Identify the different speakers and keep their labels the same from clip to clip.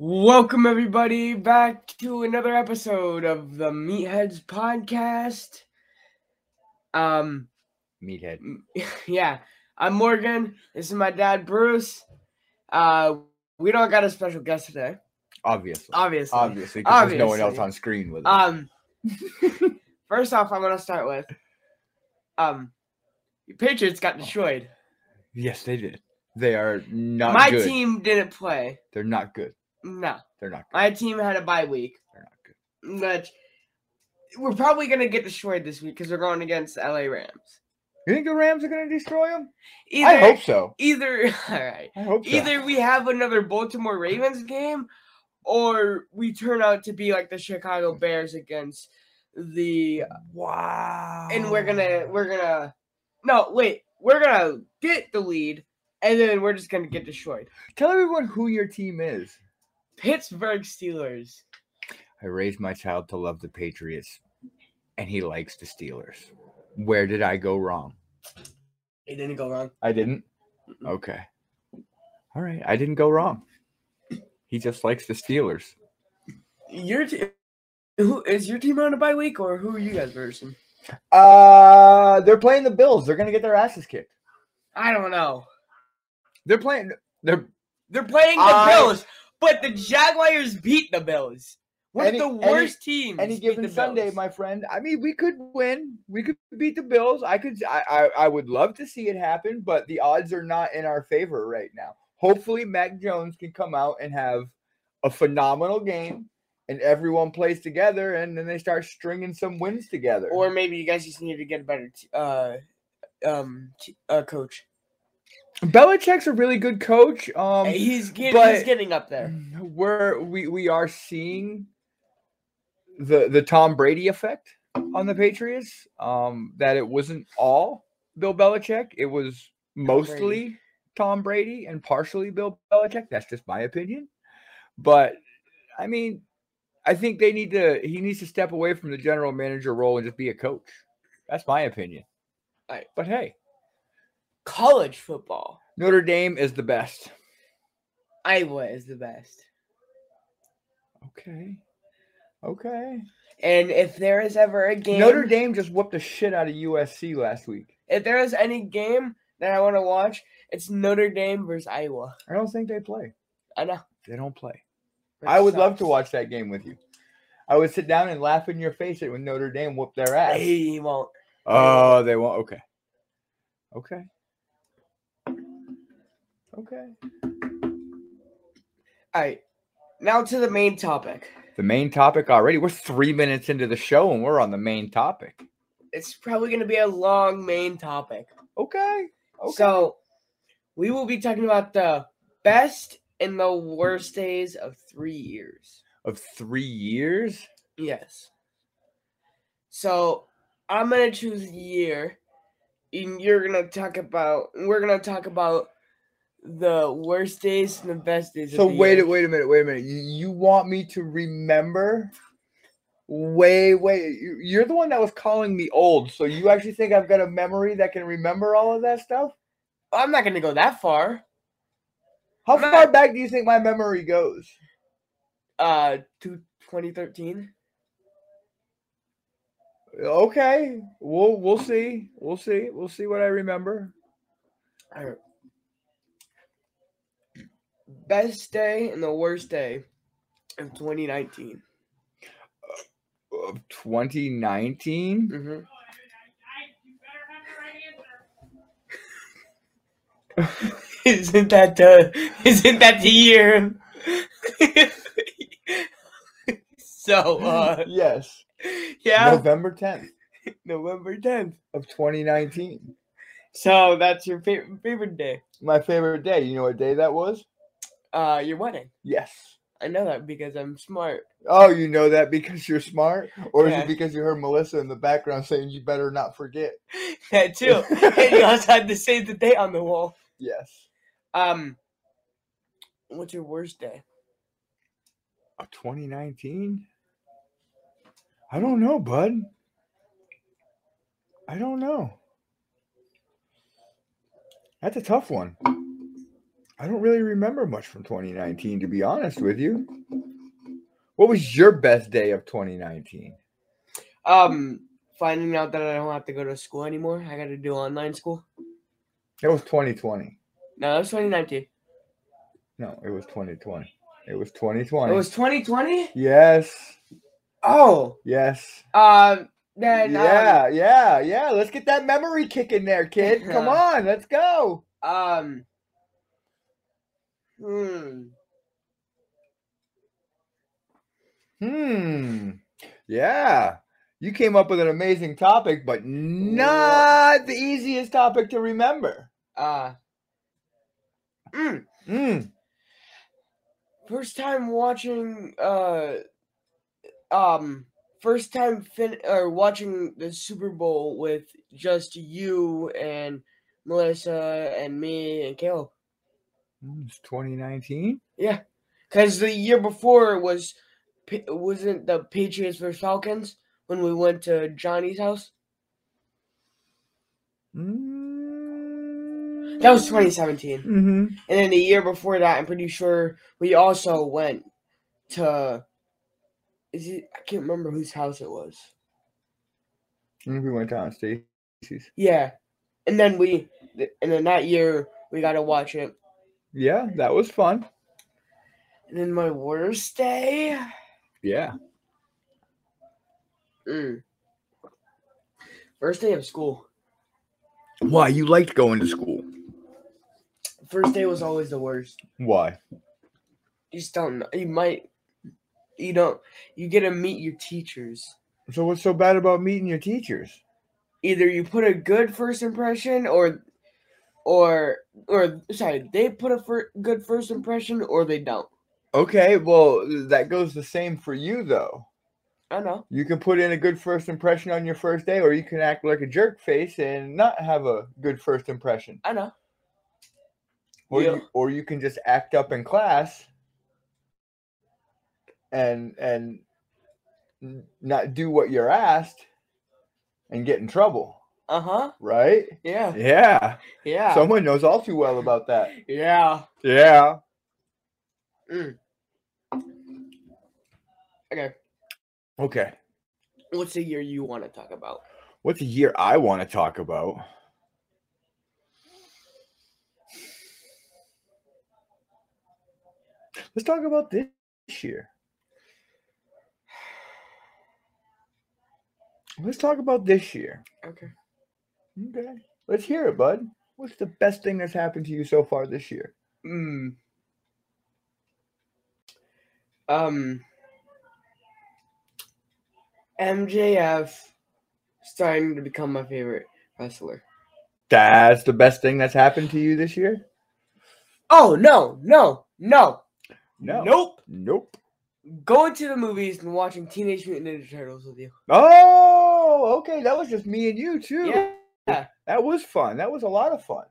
Speaker 1: Welcome everybody back to another episode of the Meatheads podcast. Um,
Speaker 2: meathead.
Speaker 1: yeah, I'm Morgan. This is my dad, Bruce. Uh, we don't got a special guest today,
Speaker 2: Obviously.
Speaker 1: obviously.
Speaker 2: Obviously, because there's no one else
Speaker 1: Obviously.
Speaker 2: on screen with us.
Speaker 1: Um, first off, I want to start with, um, the Patriots got destroyed.
Speaker 2: yes, they did. They are not
Speaker 1: my
Speaker 2: good.
Speaker 1: team didn't play.
Speaker 2: They're not good.
Speaker 1: No,
Speaker 2: They're not good.
Speaker 1: my team had a bye week.
Speaker 2: They're not good.
Speaker 1: But we're probably gonna get destroyed this week because we're going against LA Rams.
Speaker 2: You think the Rams are going to destroy them?
Speaker 1: Either,
Speaker 2: I hope so.
Speaker 1: either all right.
Speaker 2: I hope so.
Speaker 1: Either we have another Baltimore Ravens game, or we turn out to be like the Chicago Bears against the,
Speaker 2: Wow.
Speaker 1: and we're gonna we're gonna, no wait, we're gonna get the lead, and then we're just gonna get destroyed.
Speaker 2: Tell everyone who your team is.
Speaker 1: Pittsburgh Steelers.
Speaker 2: I raised my child to love the Patriots, and he likes the Steelers. Where did I go wrong?
Speaker 1: It didn't go wrong.
Speaker 2: I didn't?
Speaker 1: Mm-mm.
Speaker 2: Okay. All right. I didn't go wrong. He just likes the Steelers.
Speaker 1: Your team. Who is your team on a bye week, or who are you guys versing?
Speaker 2: Uh, they're playing the Bills. They're gonna get their asses kicked.
Speaker 1: I don't know.
Speaker 2: They're playing. They're
Speaker 1: They're playing the
Speaker 2: I-
Speaker 1: Bills, but the Jaguars beat the Bills. One
Speaker 2: Any-
Speaker 1: of the
Speaker 2: any-
Speaker 1: worst teams.
Speaker 2: any
Speaker 1: beat
Speaker 2: given
Speaker 1: the
Speaker 2: Sunday,
Speaker 1: Bills.
Speaker 2: my friend. I mean, we could win. We could beat the Bills. I could. I, I. I would love to see it happen, but the odds are not in our favor right now. Hopefully, Mac Jones can come out and have a phenomenal game, and everyone plays together, and then they start stringing some wins together.
Speaker 1: or maybe you guys just need to get a better t- uh um t- uh coach.
Speaker 2: Belichick's a really good coach. Um,
Speaker 1: he's getting he's
Speaker 2: but-
Speaker 1: getting up there.
Speaker 2: Mm, we're we we are seeing the the Tom Brady effect on the Patriots. Um, that it wasn't all Bill Belichick; it was mostly Tom Brady and partially Bill Belichick. That's just my opinion. But I mean, I think they need to. He needs to step away from the general manager role and just be a coach. That's my opinion.
Speaker 1: Right.
Speaker 2: But hey,
Speaker 1: College football,
Speaker 2: Notre Dame is the best.
Speaker 1: Iowa is the best.
Speaker 2: Okay. Okay.
Speaker 1: And if there is ever a game,
Speaker 2: Notre Dame just whooped the shit out of USC last week.
Speaker 1: if there is any game that I want to watch, it's Notre Dame versus Iowa.
Speaker 2: I don't think they play.
Speaker 1: I know.
Speaker 2: They don't play.
Speaker 1: which
Speaker 2: I would love to
Speaker 1: sucks.
Speaker 2: watch that game with you. I would sit down and laugh in your face at when Notre Dame whooped their ass.
Speaker 1: He won't.
Speaker 2: Oh, they won't. Okay. Okay. Okay.
Speaker 1: All right, now to the main topic.
Speaker 2: The main topic already. We're three minutes into the show and we're on the main topic.
Speaker 1: It's probably going to be a long main topic.
Speaker 2: Okay. Okay.
Speaker 1: So, we will be talking about the best and the worst days of three years.
Speaker 2: of three years?
Speaker 1: Yes. So, I'm gonna choose year, and you're gonna talk about. We're gonna talk about the worst days and the best days.
Speaker 2: So
Speaker 1: of the
Speaker 2: wait, a
Speaker 1: year.
Speaker 2: wait a minute, wait a minute. You, you want me to remember? Way, way. you- You're the one that was calling me old, so you actually think I've got a memory that can remember all of that stuff?
Speaker 1: I'm not gonna go that far.
Speaker 2: How
Speaker 1: Nah.
Speaker 2: far back do you think my memory goes?
Speaker 1: Uh, to 2013.
Speaker 2: Okay, we'll we'll see, we'll see, we'll see what I remember.
Speaker 1: All right. Best day and the worst day of 2019.
Speaker 2: Of 2019.
Speaker 1: Mm-hmm. Isn't that the isn't that the year? so uh
Speaker 2: yes,
Speaker 1: yeah,
Speaker 2: November 10th
Speaker 1: November 10th.
Speaker 2: of 2019.
Speaker 1: So that's your favorite favorite day.
Speaker 2: My favorite day. You know what day that was?
Speaker 1: Uh your wedding.
Speaker 2: Yes.
Speaker 1: I know that because I'm smart.
Speaker 2: Oh, you know that because you're smart, or is
Speaker 1: Yeah.
Speaker 2: it because you heard Melissa in the background saying you better not forget?
Speaker 1: That too. and you also had to save the date on the wall.
Speaker 2: Yes.
Speaker 1: Um what's your worst day?
Speaker 2: Of 2019? Oh, I don't know, bud. I don't know. That's a tough one. I don't really remember much from 2019, to be honest with you. What was your best day of 2019?
Speaker 1: Um, finding out that I don't have to go to school anymore. I got to do online school.
Speaker 2: It was 2020.
Speaker 1: No, it was 2019.
Speaker 2: No, it was 2020. It was 2020.
Speaker 1: It was 2020.
Speaker 2: yes,
Speaker 1: Oh,
Speaker 2: yes.
Speaker 1: um, then yeah.
Speaker 2: Yeah, yeah, yeah. Let's get that memory kick in there, kid. Come on, let's go.
Speaker 1: um, hmm,
Speaker 2: Hmm. Yeah. You came up with an amazing topic, but not the easiest topic to remember.
Speaker 1: uh, mm,
Speaker 2: Mm.
Speaker 1: first time watching uh um first time fin or watching the Super Bowl with just you and Melissa and me and Caleb.
Speaker 2: Mm, It's 2019.
Speaker 1: Cause the year before was Pa- wasn't the Patriots versus Falcons when we went to Johnny's house.
Speaker 2: Mm.
Speaker 1: That was 2017.
Speaker 2: Mm-hmm.
Speaker 1: And then the year before that, I'm pretty sure we also went to is it I can't remember whose house it was.
Speaker 2: Mm-hmm. We went down Stacy's.
Speaker 1: Yeah, and then we, th- and then that year we got to watch it.
Speaker 2: Yeah, that was fun.
Speaker 1: And then my worst day,
Speaker 2: Yeah.
Speaker 1: mm. first day of school.
Speaker 2: Why? You liked going to school.
Speaker 1: First day was always the worst.
Speaker 2: Why?
Speaker 1: You just don't. know. You might, you don't. You get to meet your teachers.
Speaker 2: So what's so bad about meeting your teachers?
Speaker 1: Either you put a good first impression, or, or, or sorry, they put a fir- good first impression, or they don't.
Speaker 2: Okay, well, that goes the same for you though.
Speaker 1: I know.
Speaker 2: You can put in a good first impression on your first day, or you can act like a jerk face and not have a good first impression.
Speaker 1: I know.
Speaker 2: Or
Speaker 1: Yeah.
Speaker 2: you, or you can just act up in class and and n- not do what you're asked and get in trouble,
Speaker 1: Uh huh.
Speaker 2: right?
Speaker 1: Yeah.
Speaker 2: Yeah.
Speaker 1: Yeah.
Speaker 2: Someone knows all too well about that.
Speaker 1: yeah.
Speaker 2: Yeah.
Speaker 1: Okay.
Speaker 2: Okay.
Speaker 1: What's the year you want to talk about?
Speaker 2: What's a year I want to talk about? Let's talk about this year. Let's talk about this year.
Speaker 1: Okay.
Speaker 2: Okay. Let's hear it, bud. What's the best thing that's happened to you so far this year?
Speaker 1: Mm. Um. MJF starting to become my favorite wrestler.
Speaker 2: That's the best thing that's happened to you this year?
Speaker 1: Oh no, no, no, nope.
Speaker 2: Nope.
Speaker 1: Going to the movies and watching Teenage Mutant Ninja Turtles with you.
Speaker 2: Oh, okay. That was just me and you, too.
Speaker 1: Yeah.
Speaker 2: That was fun. That was a lot of fun.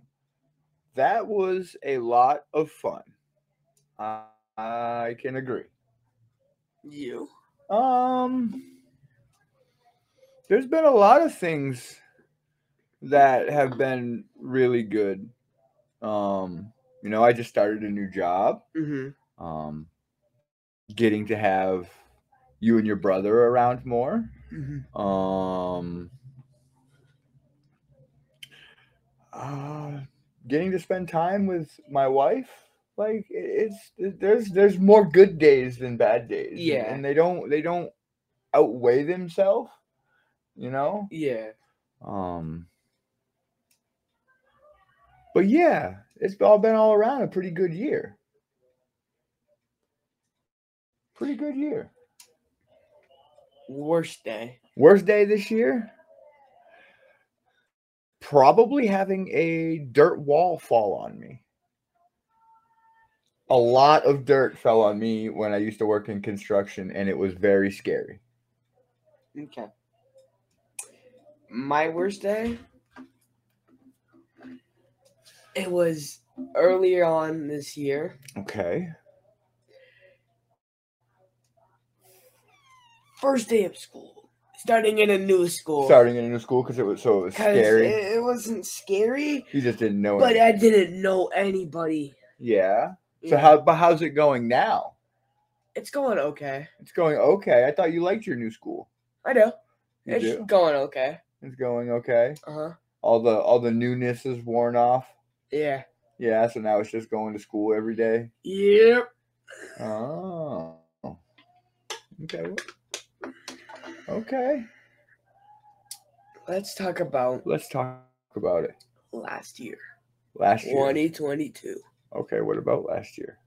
Speaker 2: That was a lot of fun. I, I can agree.
Speaker 1: You.
Speaker 2: Um, there's been a lot of things that have been really good. Um, you know, I just started a new job.
Speaker 1: Mm-hmm.
Speaker 2: Um, getting to have you and your brother around more.
Speaker 1: mm-hmm.
Speaker 2: Um, uh, getting to spend time with my wife, like i- it's th- there's there's more good days than bad days. and-
Speaker 1: Yeah.
Speaker 2: and they don't they don't outweigh themselves, you know.
Speaker 1: Yeah.
Speaker 2: Um, but yeah, it's all been all around a pretty good year. Pretty good year.
Speaker 1: Worst day.
Speaker 2: Worst day this year? Probably having a dirt wall fall on me. A lot of dirt fell on me when I used to work in construction, and it was very scary.
Speaker 1: Okay. My worst day. It was earlier on this year.
Speaker 2: Okay.
Speaker 1: First day of school. Starting in a new school.
Speaker 2: Starting in a new school because it was so it was
Speaker 1: Because
Speaker 2: scary. Oh,
Speaker 1: It, it wasn't scary,
Speaker 2: you just didn't know
Speaker 1: but
Speaker 2: anything.
Speaker 1: I didn't know anybody.
Speaker 2: Yeah. So
Speaker 1: Yeah.
Speaker 2: how but how's it going now?
Speaker 1: It's going okay.
Speaker 2: It's going okay. I thought you liked your new school.
Speaker 1: I know.
Speaker 2: You
Speaker 1: it's
Speaker 2: do?
Speaker 1: going okay.
Speaker 2: It's going okay.
Speaker 1: Uh huh.
Speaker 2: All the all the newness is worn off.
Speaker 1: Yeah.
Speaker 2: Yeah, so now it's just going to school every day.
Speaker 1: Yep.
Speaker 2: Oh. Okay. Okay.
Speaker 1: Let's talk about
Speaker 2: Let's talk about it.
Speaker 1: last year,
Speaker 2: Last year.
Speaker 1: 2022.
Speaker 2: Okay, what about last year?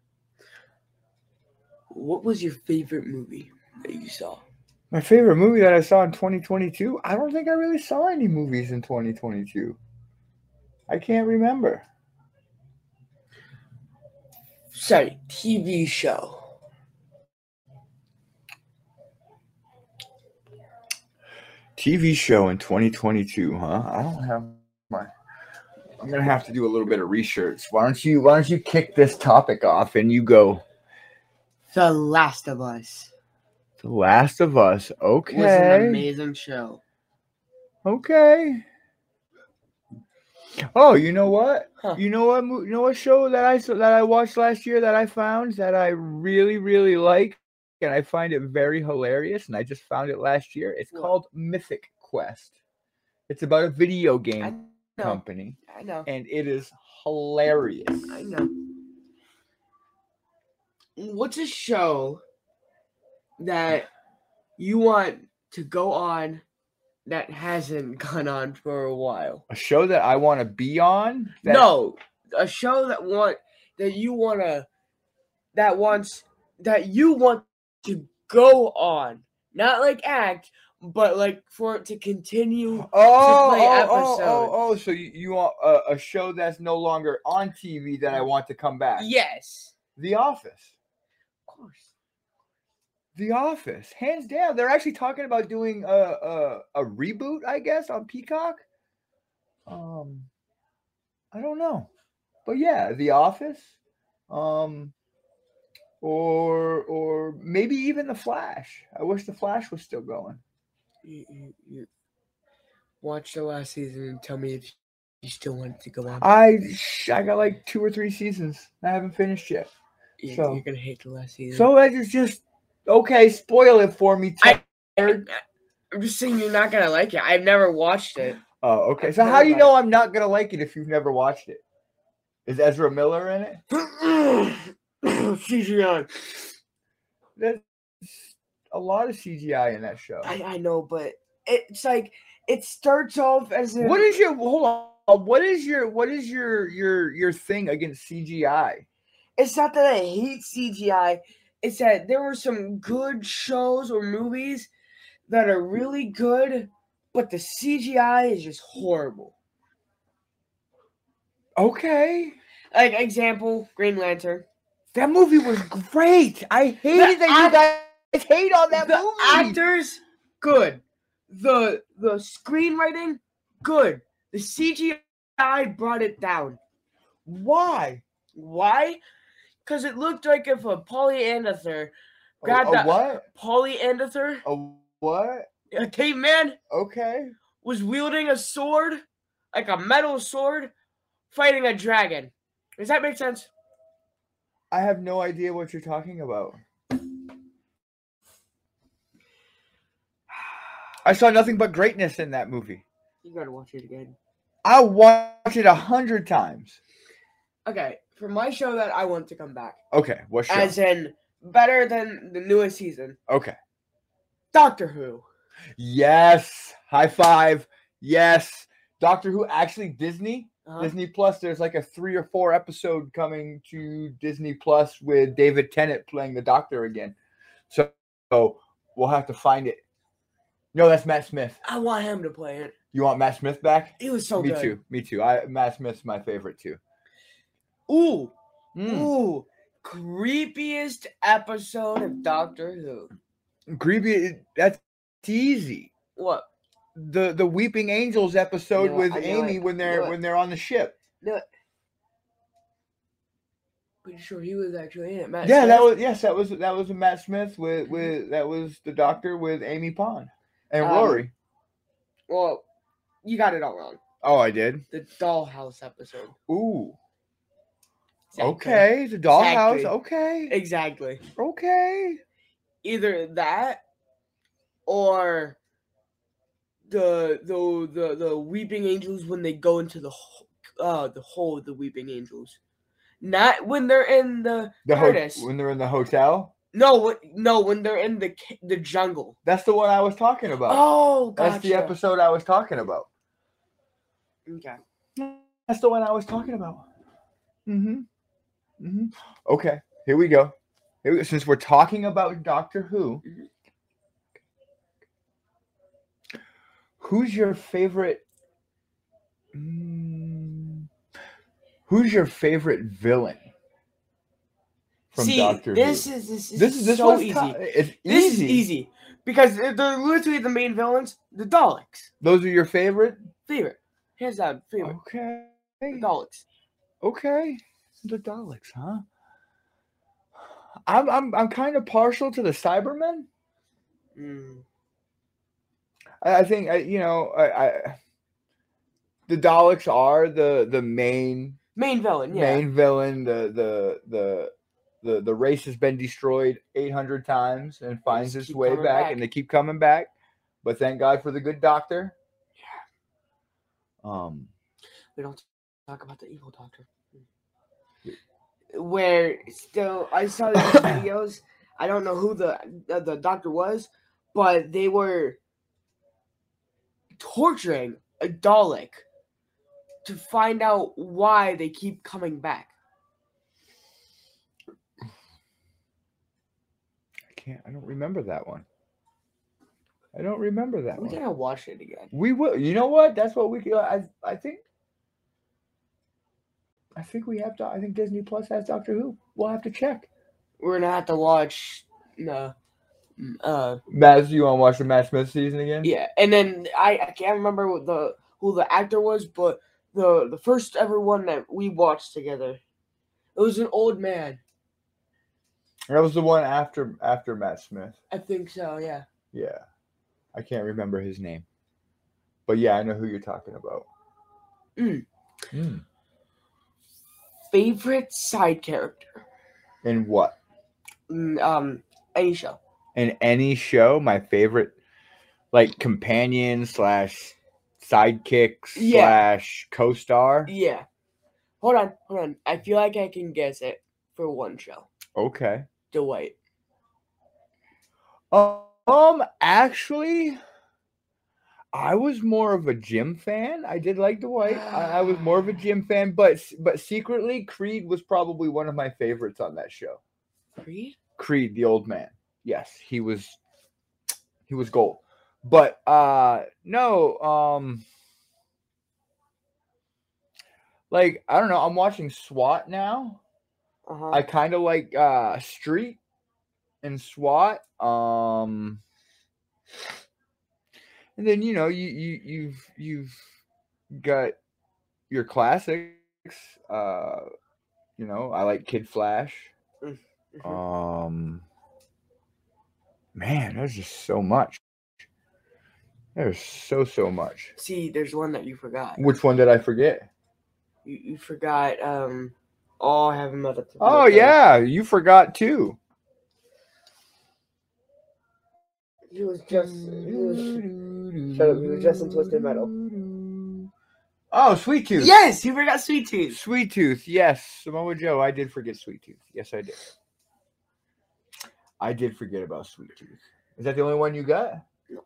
Speaker 1: What was your favorite movie that you saw?
Speaker 2: My favorite movie that I saw in 2022. I don't think I really saw any movies in 2022. I can't remember.
Speaker 1: Sorry, TV show.
Speaker 2: TV show in 2022, huh? I don't have my. I'm gonna have to do a little bit of research. Why don't you Why don't you kick this topic off and you go
Speaker 1: The Last of Us
Speaker 2: The Last of
Speaker 1: was
Speaker 2: Us?
Speaker 1: an
Speaker 2: Okay,
Speaker 1: amazing show.
Speaker 2: okay. Oh, you know what?
Speaker 1: Huh.
Speaker 2: You know what? mo- You know what show that I saw, that I watched last year that I found that I really really like and I find it very hilarious and I just found it last year. It's
Speaker 1: What?
Speaker 2: called Mythic Quest. It's about a video
Speaker 1: I
Speaker 2: game
Speaker 1: know.
Speaker 2: company.
Speaker 1: I know.
Speaker 2: and it is hilarious.
Speaker 1: I know. What's a show that you want to go on that hasn't gone on for a while?
Speaker 2: A show that I want to be on. That,
Speaker 1: no, a show that want that you want to that wants that you want to go on, not like act, but like for it to continue.
Speaker 2: Oh, oh,
Speaker 1: play
Speaker 2: oh, oh,
Speaker 1: episodes.
Speaker 2: oh, So you, you want a, a show that's no longer on TV that I want to come back?
Speaker 1: Yes,
Speaker 2: The Office.
Speaker 1: of course.
Speaker 2: The Office, hands down. They're actually talking about doing a a, a reboot, I guess, on Peacock. Um, I don't know, but yeah, The Office, um, or or maybe even The Flash. I wish The Flash was still going.
Speaker 1: You, you, you watch the last season and tell me if you still want it to go on.
Speaker 2: I sh- I got like two or three seasons. I haven't finished yet,
Speaker 1: You-
Speaker 2: So-
Speaker 1: You're gonna hate the last season.
Speaker 2: so that is just okay. Spoil it for me.
Speaker 1: I-
Speaker 2: Ted.
Speaker 1: I'm just saying you're not gonna like it. I've never watched it.
Speaker 2: Oh, okay.
Speaker 1: I've
Speaker 2: So how
Speaker 1: heard
Speaker 2: do you
Speaker 1: about it.
Speaker 2: know I'm not gonna like it if you've never watched it? Is Ezra Miller in it?
Speaker 1: CGI.
Speaker 2: There's a lot of CGI in that show.
Speaker 1: I, I know, but it's like it starts off as a
Speaker 2: What is your hold on? What is your what is your your your thing against CGI?
Speaker 1: it's not that I hate CGI. It's that there were some good shows or movies that are really good, but the CGI is just horrible.
Speaker 2: Okay,
Speaker 1: Like example, Green Lantern.
Speaker 2: that movie was great. I hated that you guys hate on that
Speaker 1: the
Speaker 2: movie.
Speaker 1: actors good the the screenwriting good the cgi brought it down
Speaker 2: Why?
Speaker 1: why because it looked like if a polyandather
Speaker 2: A-
Speaker 1: Grab
Speaker 2: a,
Speaker 1: that-
Speaker 2: what?
Speaker 1: polyandather
Speaker 2: A what?
Speaker 1: a caveman
Speaker 2: Okay.
Speaker 1: was wielding a sword like a metal sword fighting a dragon does that make sense
Speaker 2: I have no idea what you're talking about. I saw nothing but greatness in that movie.
Speaker 1: you gotta watch it again
Speaker 2: I watched it a hundred times.
Speaker 1: okay for my show that i want to come back
Speaker 2: Okay, what show?
Speaker 1: as in better than the newest season
Speaker 2: okay.
Speaker 1: doctor who
Speaker 2: Yes. High five. Yes. Doctor Who actually Disney.
Speaker 1: Uh-huh.
Speaker 2: Disney Plus. There's like a three or four episode coming to Disney Plus with David Tennant playing the Doctor again. So, so we'll have to find it. No, that's Matt Smith.
Speaker 1: I want him to play it.
Speaker 2: You want Matt Smith back?
Speaker 1: He was so
Speaker 2: me
Speaker 1: good.
Speaker 2: too. Me too. I Matt Smith's my favorite too.
Speaker 1: Ooh,
Speaker 2: Mm.
Speaker 1: ooh, creepiest episode of Doctor Who.
Speaker 2: Creepy. That's easy.
Speaker 1: What?
Speaker 2: The the Weeping Angels episode
Speaker 1: Yeah,
Speaker 2: with
Speaker 1: I knew
Speaker 2: Amy
Speaker 1: it.
Speaker 2: when they're
Speaker 1: Knew it.
Speaker 2: when they're on the ship.
Speaker 1: Pretty sure he was actually in it. Matt
Speaker 2: yeah, that
Speaker 1: Smith?
Speaker 2: was yes, that was that was Matt Smith with with that was the doctor with Amy Pond and
Speaker 1: Mm-hmm. Um,
Speaker 2: Rory.
Speaker 1: Well, you got it all wrong.
Speaker 2: Oh, I did.
Speaker 1: The Dollhouse episode.
Speaker 2: Ooh,
Speaker 1: Exactly.
Speaker 2: Okay, the dollhouse.
Speaker 1: Exactly.
Speaker 2: Okay,
Speaker 1: Exactly.
Speaker 2: okay.
Speaker 1: Either that or the the the, the weeping angels when they go into the ho- uh the hole of the weeping angels. Not when they're in the
Speaker 2: The ho-
Speaker 1: Curtis.
Speaker 2: when they're in the hotel,
Speaker 1: no when- no when they're in the ca- the jungle.
Speaker 2: that's the one I was talking about.
Speaker 1: Oh, gotcha.
Speaker 2: That's the episode I was talking about.
Speaker 1: Okay.
Speaker 2: That's the one I was talking about. Mm-hmm. Mm-hmm. Okay, here we go. Here we, since we're talking about Doctor Who,
Speaker 1: Mhm.
Speaker 2: who's your favorite? Mm, who's your favorite villain from
Speaker 1: See,
Speaker 2: Doctor
Speaker 1: this
Speaker 2: Who?
Speaker 1: is this is
Speaker 2: this is this
Speaker 1: so
Speaker 2: one's
Speaker 1: easy.
Speaker 2: tou- it's
Speaker 1: This
Speaker 2: easy.
Speaker 1: is easy because they're they're literally the main villains, the Daleks.
Speaker 2: Those are your favorite.
Speaker 1: Favorite, hands down, favorite,
Speaker 2: Okay.
Speaker 1: the Daleks.
Speaker 2: Okay, the Daleks, huh? I'm I'm I'm kind of partial to the Cybermen.
Speaker 1: Mm.
Speaker 2: I, I think I, you know I, I the Daleks are the the main
Speaker 1: Main villain, yeah.
Speaker 2: main villain. The the the the the race has been destroyed 800 times and finds
Speaker 1: just
Speaker 2: its
Speaker 1: keep
Speaker 2: way back,
Speaker 1: coming back.
Speaker 2: and they keep coming back. But thank God for the good doctor. Yeah. Um.
Speaker 1: We don't talk about the evil doctor. Where still, I saw these videos. I don't know who the the, the doctor was, but they were torturing a Dalek to find out why they keep coming back.
Speaker 2: I can't. I don't remember that one. I don't remember that
Speaker 1: We
Speaker 2: one.
Speaker 1: gotta watch it again.
Speaker 2: We will. You know what? That's what we. could- I I think. I think we have. Doc- I think Disney Plus has Doctor Who. We'll have to check.
Speaker 1: We're gonna have to watch. No. Uh,
Speaker 2: Maz, you want to watch the Matt Smith season again?
Speaker 1: yeah, and then I, I can't remember what the who the actor was, but the the first ever one that we watched together, it was an old man.
Speaker 2: That was the one after after Matt Smith.
Speaker 1: I think so. Yeah.
Speaker 2: Yeah, I can't remember his name, but yeah, I know who you're talking about.
Speaker 1: Mm.
Speaker 2: Mm.
Speaker 1: Favorite side character
Speaker 2: In what?
Speaker 1: in um any show?
Speaker 2: In any show, my favorite, like companion slash sidekick
Speaker 1: Yeah.
Speaker 2: slash co-star.
Speaker 1: Yeah. Hold on, hold on. I feel like I can guess it for one show.
Speaker 2: Okay.
Speaker 1: Dwight.
Speaker 2: Um, actually, I was more of a Jim fan. I did like Dwight. I, I was more of a Jim fan, but s- but secretly, Creed was probably one of my favorites on that show.
Speaker 1: Creed.
Speaker 2: Creed, the old man. Yes, he was. He was gold. But uh no, um like I don't know, I'm watching SWAT now.
Speaker 1: Uh huh.
Speaker 2: I kind of like uh Street and SWAT. Um and then you know you you you've you've got your classics. Uh you know, I like Kid Flash.
Speaker 1: Mm, mhm.
Speaker 2: Um man, there's just so much. There's so so much.
Speaker 1: See, there's one that you forgot.
Speaker 2: Which one did I forget?
Speaker 1: You, you forgot. Um. Oh, I have another.
Speaker 2: Oh yeah, you forgot too.
Speaker 1: He was just. He was, shut up, he was just in Twisted Metal.
Speaker 2: Oh, Sweet Tooth.
Speaker 1: yes, he forgot Sweet Tooth.
Speaker 2: Sweet Tooth. Yes, Samoa Joe. I did forget Sweet Tooth. Yes, I did. I did forget about Sweet Tooth. Is that the only one you got?
Speaker 1: No.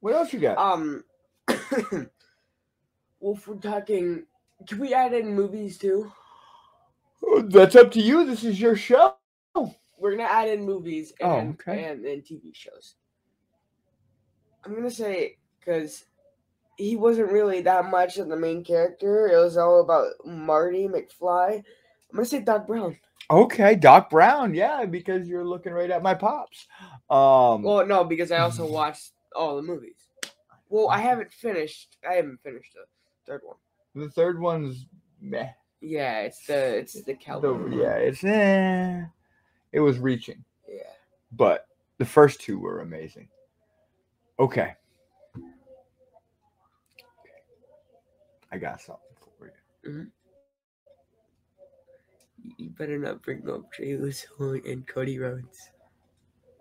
Speaker 2: What else you got?
Speaker 1: Um. well, if we're talking, can we add in movies too? Uh,
Speaker 2: Oh, That's up to you. This is your show.
Speaker 1: We're gonna add in movies
Speaker 2: Oh,
Speaker 1: and
Speaker 2: okay.
Speaker 1: and, and TV shows. I'm gonna say because he wasn't really that much of the main character. It was all about Marty McFly. I'm gonna say Doc Brown.
Speaker 2: Okay, Doc Brown. Yeah, because you're looking right at my pops. Um,
Speaker 1: Well, no, because I also watched all the movies. Well, I haven't finished. I haven't finished the third one.
Speaker 2: the third one's meh.
Speaker 1: Yeah, it's the it's the
Speaker 2: The-
Speaker 1: Calvin.
Speaker 2: yeah, it's eh. It was reaching.
Speaker 1: yeah.
Speaker 2: but the first two were amazing. Okay. I got something for you.
Speaker 1: Mhm. You better not bring up Jay Lethal and Cody Rhodes.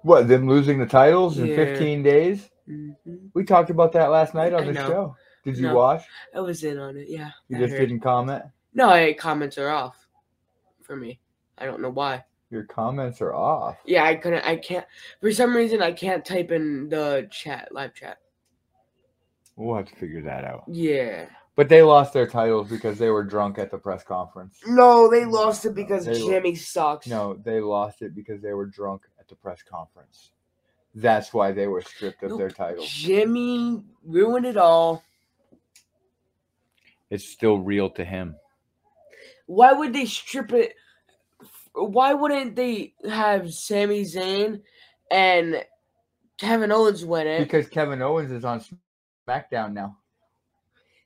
Speaker 2: What, them losing the titles in
Speaker 1: Yeah.
Speaker 2: 15 days?
Speaker 1: hmm
Speaker 2: We talked about that last night
Speaker 1: I
Speaker 2: on the
Speaker 1: know.
Speaker 2: show. Did you
Speaker 1: No.
Speaker 2: watch?
Speaker 1: I was in on it. Yeah.
Speaker 2: You
Speaker 1: I
Speaker 2: just
Speaker 1: heard.
Speaker 2: didn't comment?
Speaker 1: No, I, comments are off for me. I don't know why.
Speaker 2: Your comments are off.
Speaker 1: Yeah, I couldn't. I can't. For some reason, I can't type in the chat, live chat.
Speaker 2: We'll have to figure that out.
Speaker 1: Yeah.
Speaker 2: But they lost their titles because they were drunk at the press conference.
Speaker 1: No, they
Speaker 2: No,
Speaker 1: lost it because
Speaker 2: they-
Speaker 1: Jimmy sucks.
Speaker 2: No, they lost it because they were drunk at the press conference. That's why they were stripped of
Speaker 1: Nope.
Speaker 2: their titles.
Speaker 1: Jimmy ruined it all.
Speaker 2: It's still real to him.
Speaker 1: Why would they strip it? Why wouldn't they have Sami Zayn and Kevin Owens win it?
Speaker 2: Because Kevin Owens is on SmackDown now.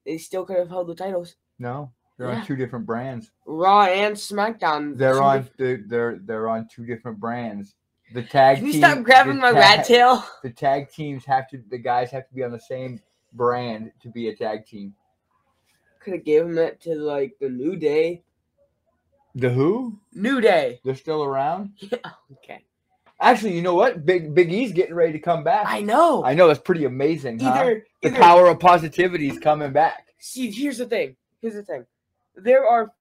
Speaker 1: they still could have held the titles.
Speaker 2: No, they're
Speaker 1: Yeah.
Speaker 2: on two different brands.
Speaker 1: Raw and SmackDown.
Speaker 2: They're
Speaker 1: Two
Speaker 2: on
Speaker 1: diff-
Speaker 2: they- they're they're on two different brands. The tag
Speaker 1: Can you
Speaker 2: team-
Speaker 1: stop grabbing
Speaker 2: the
Speaker 1: my rat
Speaker 2: tag-
Speaker 1: tail?
Speaker 2: The tag teams have to the guys have to be on the same brand to be a tag team.
Speaker 1: Could have gave him that to like the New Day.
Speaker 2: The who?
Speaker 1: New Day.
Speaker 2: They're still around.
Speaker 1: Okay.
Speaker 2: Actually, you know what? Big Big E's getting ready to come back.
Speaker 1: I know.
Speaker 2: I know that's pretty amazing. huh?
Speaker 1: either
Speaker 2: the
Speaker 1: either
Speaker 2: power of positivity is coming back.
Speaker 1: see here's the thing here's the thing there are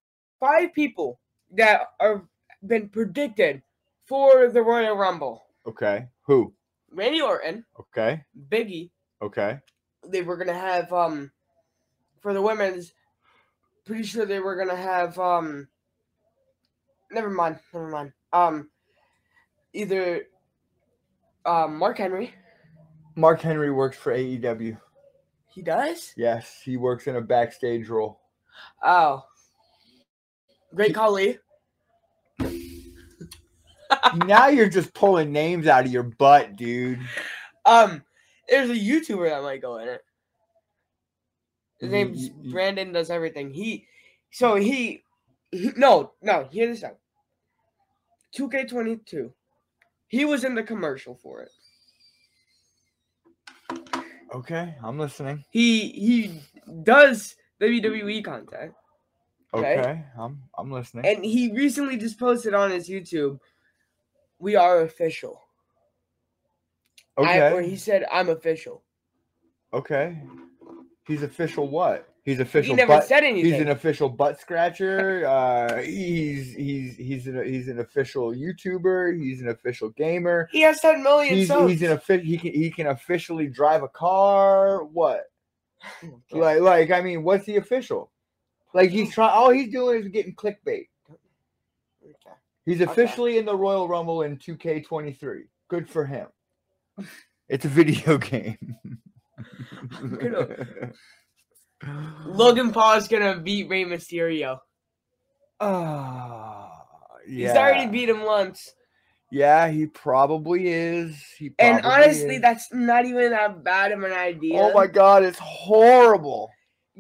Speaker 1: five people that are been predicted for the royal rumble
Speaker 2: Okay. Who?
Speaker 1: randy orton
Speaker 2: Okay.
Speaker 1: biggie
Speaker 2: Okay.
Speaker 1: they were gonna have um for the women's pretty sure they were gonna have um never mind never mind um either um mark henry
Speaker 2: Mark Henry works for E AEW.
Speaker 1: he does
Speaker 2: Yes, he works in a backstage role.
Speaker 1: oh great collie
Speaker 2: now you're just pulling names out of your butt, dude.
Speaker 1: Um, there's a YouTuber that might go in it. His
Speaker 2: You-
Speaker 1: name's
Speaker 2: you- you-
Speaker 1: Brandon. Does everything. He, so he, he no, no. Hear this out. Two K twenty two. He was in the commercial for it.
Speaker 2: Okay, I'm listening.
Speaker 1: He he does WWE content,
Speaker 2: Okay,
Speaker 1: Okay.
Speaker 2: I'm I'm listening.
Speaker 1: and he recently just posted on his YouTube, "We are official." I, or
Speaker 2: okay,
Speaker 1: he said, "I'm official."
Speaker 2: okay. He's official what? He's
Speaker 1: he
Speaker 2: official
Speaker 1: never
Speaker 2: butt.
Speaker 1: said anything.
Speaker 2: He's an official butt scratcher. Uh, he's he's he's an he's an official YouTuber. He's an official gamer.
Speaker 1: he has ten million
Speaker 2: He's,
Speaker 1: subs.
Speaker 2: he's an offi- he can he can officially drive a car. What?
Speaker 1: Okay.
Speaker 2: Like, like, I mean, what's the official? Like, he's trying. All he's doing is getting clickbait.
Speaker 1: Oh, Okay.
Speaker 2: He's
Speaker 1: Okay.
Speaker 2: officially in the Royal Rumble in 2K23. Good for him. It's a video game.
Speaker 1: gonna- Logan Paul's gonna beat Rey Mysterio.
Speaker 2: Ah, yeah.
Speaker 1: He's already beat him once.
Speaker 2: Yeah, he probably is. He
Speaker 1: And
Speaker 2: probably
Speaker 1: honestly,
Speaker 2: is.
Speaker 1: that's not even that bad of an idea.
Speaker 2: Oh my god, it's horrible.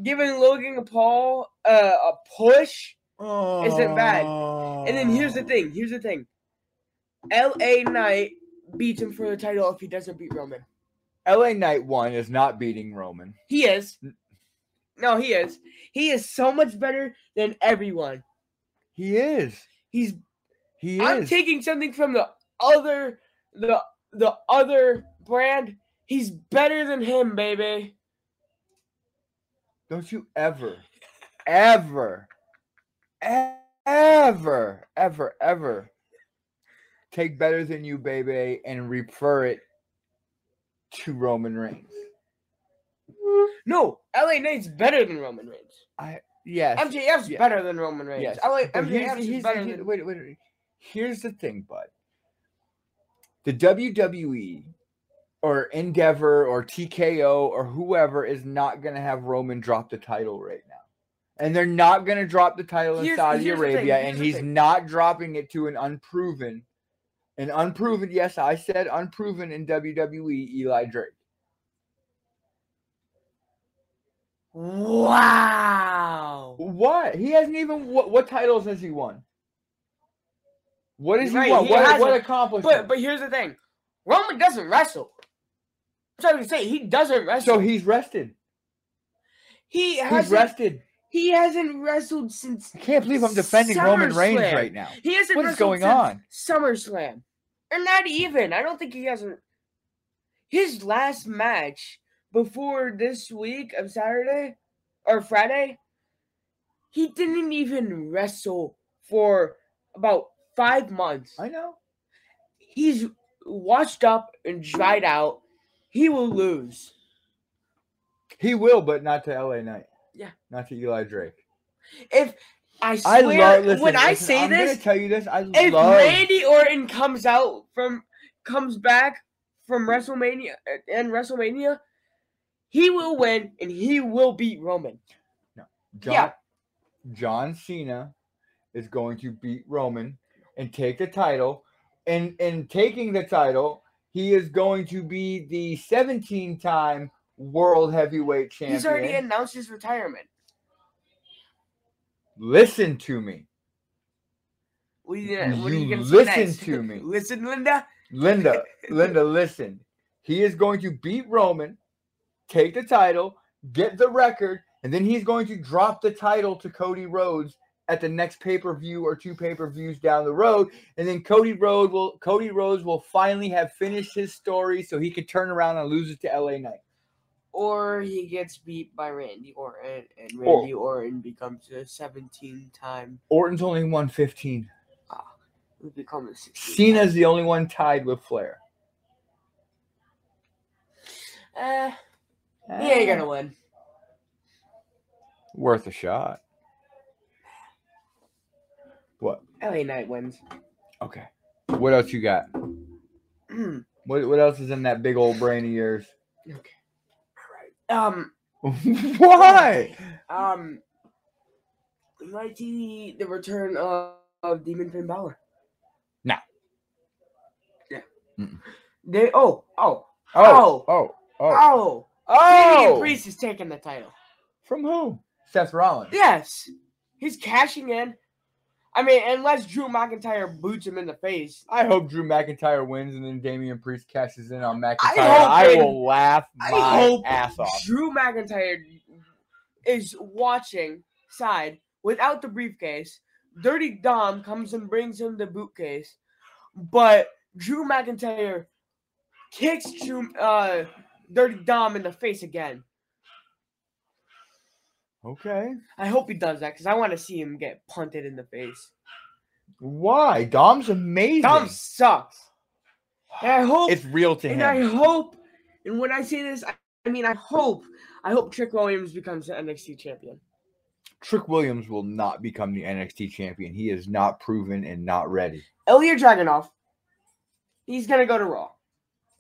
Speaker 1: Giving Logan Paul uh, a push.
Speaker 2: Oh.
Speaker 1: Isn't bad. And then here's the thing here's the thing LA Knight beats him for the title if he doesn't beat Roman.
Speaker 2: LA Oh. Knight 1 is not beating Roman.
Speaker 1: He is. No, he is. He is so much better than everyone.
Speaker 2: He is.
Speaker 1: He's
Speaker 2: He
Speaker 1: I'm
Speaker 2: is.
Speaker 1: taking something from the other the the other brand. He's better than him, baby.
Speaker 2: Don't you ever, ever, e- ever, ever, ever take better than you, baby, and refer it to Roman Reigns.
Speaker 1: No, LA Knight's better than Roman Reigns.
Speaker 2: Yes.
Speaker 1: MJF's
Speaker 2: yeah.
Speaker 1: better than Roman Reigns.
Speaker 2: yes.
Speaker 1: LA,
Speaker 2: but here's-
Speaker 1: MJF's
Speaker 2: here's-
Speaker 1: better
Speaker 2: here-
Speaker 1: than
Speaker 2: wait, wait, wait. Here's the thing, bud. The WWE or Endeavor or TKO or whoever is not going to have Roman drop the title right now. And they're not going to drop the title in
Speaker 1: Here's-
Speaker 2: Saudi
Speaker 1: here's the thing,
Speaker 2: Arabia,
Speaker 1: here's
Speaker 2: and
Speaker 1: the
Speaker 2: he's
Speaker 1: thing.
Speaker 2: not dropping it to an unproven, an unproven, yes, I said unproven in WWE, Eli Drake.
Speaker 1: Wow.
Speaker 2: What? He hasn't even, what, what titles has he won? What has
Speaker 1: You're
Speaker 2: he
Speaker 1: right,
Speaker 2: won?
Speaker 1: he
Speaker 2: what, what
Speaker 1: hasn't,
Speaker 2: accomplishment?
Speaker 1: But but here's the thing. Roman doesn't wrestle. So you say he doesn't wrestle.
Speaker 2: So he's rested.
Speaker 1: he
Speaker 2: He's
Speaker 1: has
Speaker 2: rested.
Speaker 1: He hasn't wrestled since
Speaker 2: I can't believe I'm defending Roman Reigns
Speaker 1: SummerSlam.
Speaker 2: right now.
Speaker 1: he hasn't.
Speaker 2: What is
Speaker 1: wrestled
Speaker 2: going
Speaker 1: since
Speaker 2: on?
Speaker 1: SummerSlam, or not even. I don't think he hasn't. His last match before this week of Saturday or Friday, he didn't even wrestle for about five months.
Speaker 2: I know.
Speaker 1: He's washed up and dried out. He will lose.
Speaker 2: He will, but not to LA Knight.
Speaker 1: Yeah.
Speaker 2: Not to Eli Drake.
Speaker 1: If I
Speaker 2: I
Speaker 1: swear,
Speaker 2: love listen,
Speaker 1: when I
Speaker 2: listen,
Speaker 1: say
Speaker 2: I'm
Speaker 1: this,
Speaker 2: gonna tell you this. I
Speaker 1: if
Speaker 2: love
Speaker 1: Randy Orton comes out from comes back from WrestleMania and WrestleMania, he will win and he will beat Roman.
Speaker 2: John,
Speaker 1: yeah.
Speaker 2: John Cena is going to beat Roman and take the title. And and taking the title, he is going to be the 17 time world heavyweight champion.
Speaker 1: He's already announced his retirement.
Speaker 2: Listen to me.
Speaker 1: What are you gonna, uh, what are
Speaker 2: You
Speaker 1: you gonna
Speaker 2: listen
Speaker 1: say next?
Speaker 2: to me.
Speaker 1: listen, Linda.
Speaker 2: Linda, Linda, listen. He is going to beat Roman, take the title, get the record, and then he's going to drop the title to Cody Rhodes at the next pay-per-view or two pay-per-views down the road. And then Cody Rhodes will Cody Rhodes will finally have finished his story so he could turn around and lose it to LA Knight.
Speaker 1: Or he gets beat by Randy Orton, and
Speaker 2: Or-
Speaker 1: Randy Orton becomes a 17-time,
Speaker 2: Orton's only won 15.
Speaker 1: become a 16.
Speaker 2: Cena's the only one tied with Flair.
Speaker 1: Uh, he ain't gonna win.
Speaker 2: worth a shot. What?
Speaker 1: LA Knight wins.
Speaker 2: Okay. What else you got?
Speaker 1: okay.
Speaker 2: What what else is in that big old brain of yours?
Speaker 1: All right. Um.
Speaker 2: Why?
Speaker 1: Um, we might see the return of, of Demon Finn Balor.
Speaker 2: No.
Speaker 1: Yeah.
Speaker 2: Mm-mm.
Speaker 1: They. Oh. Oh.
Speaker 2: Oh,
Speaker 1: Oh.
Speaker 2: oh, oh,
Speaker 1: Oh. Damian
Speaker 2: oh!
Speaker 1: Priest is taking the title.
Speaker 2: From who? Seth Rollins.
Speaker 1: Yes. He's cashing in. I mean, unless Drew McIntyre boots him in the face.
Speaker 2: I hope Drew McIntyre wins and then Damian Priest cashes in on McIntyre.
Speaker 1: hope
Speaker 2: I,
Speaker 1: they-
Speaker 2: will laugh my
Speaker 1: I hope
Speaker 2: ass off.
Speaker 1: Drew McIntyre is watching side without the briefcase. Dirty Dom comes and brings him the bootcase, but Drew McIntyre kicks Drew, uh, Dirty Dom in the face again.
Speaker 2: Okay.
Speaker 1: I hope he does that because I want to see him get punted in the face.
Speaker 2: Why? Dom's amazing.
Speaker 1: Dom sucks, and I hope
Speaker 2: it's real to
Speaker 1: And
Speaker 2: him.
Speaker 1: I hope, and when I say this, I, I mean I hope, I hope Trick Williams becomes the NXT champion.
Speaker 2: Trick Williams will not become the NXT champion. He is not proven and not ready.
Speaker 1: Ilya Dragunov, he's gonna go to Raw,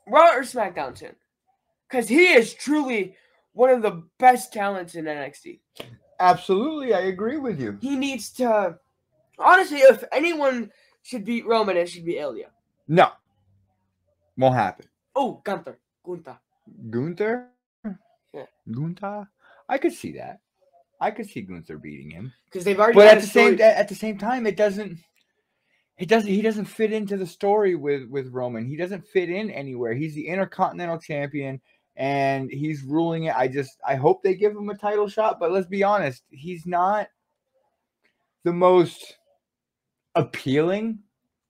Speaker 1: Raw or SmackDown soon, because he is truly one of the best talents in NXT.
Speaker 2: Absolutely, I agree with you.
Speaker 1: He needs to, honestly, if anyone should beat Roman, it should be Ilya.
Speaker 2: No. Won't happen.
Speaker 1: Oh, Gunther, Gunther.
Speaker 2: Gunther?
Speaker 1: Yeah.
Speaker 2: Gunther? I could see that. I could see Gunther beating him.
Speaker 1: Because they've already
Speaker 2: But
Speaker 1: had
Speaker 2: at
Speaker 1: a
Speaker 2: the same
Speaker 1: story-
Speaker 2: at at the same time it doesn't it doesn't he doesn't fit into the story with with Roman. He doesn't fit in anywhere. He's the Intercontinental Champion and he's ruling it. I just I hope they give him a title shot, but let's be honest, he's not the most appealing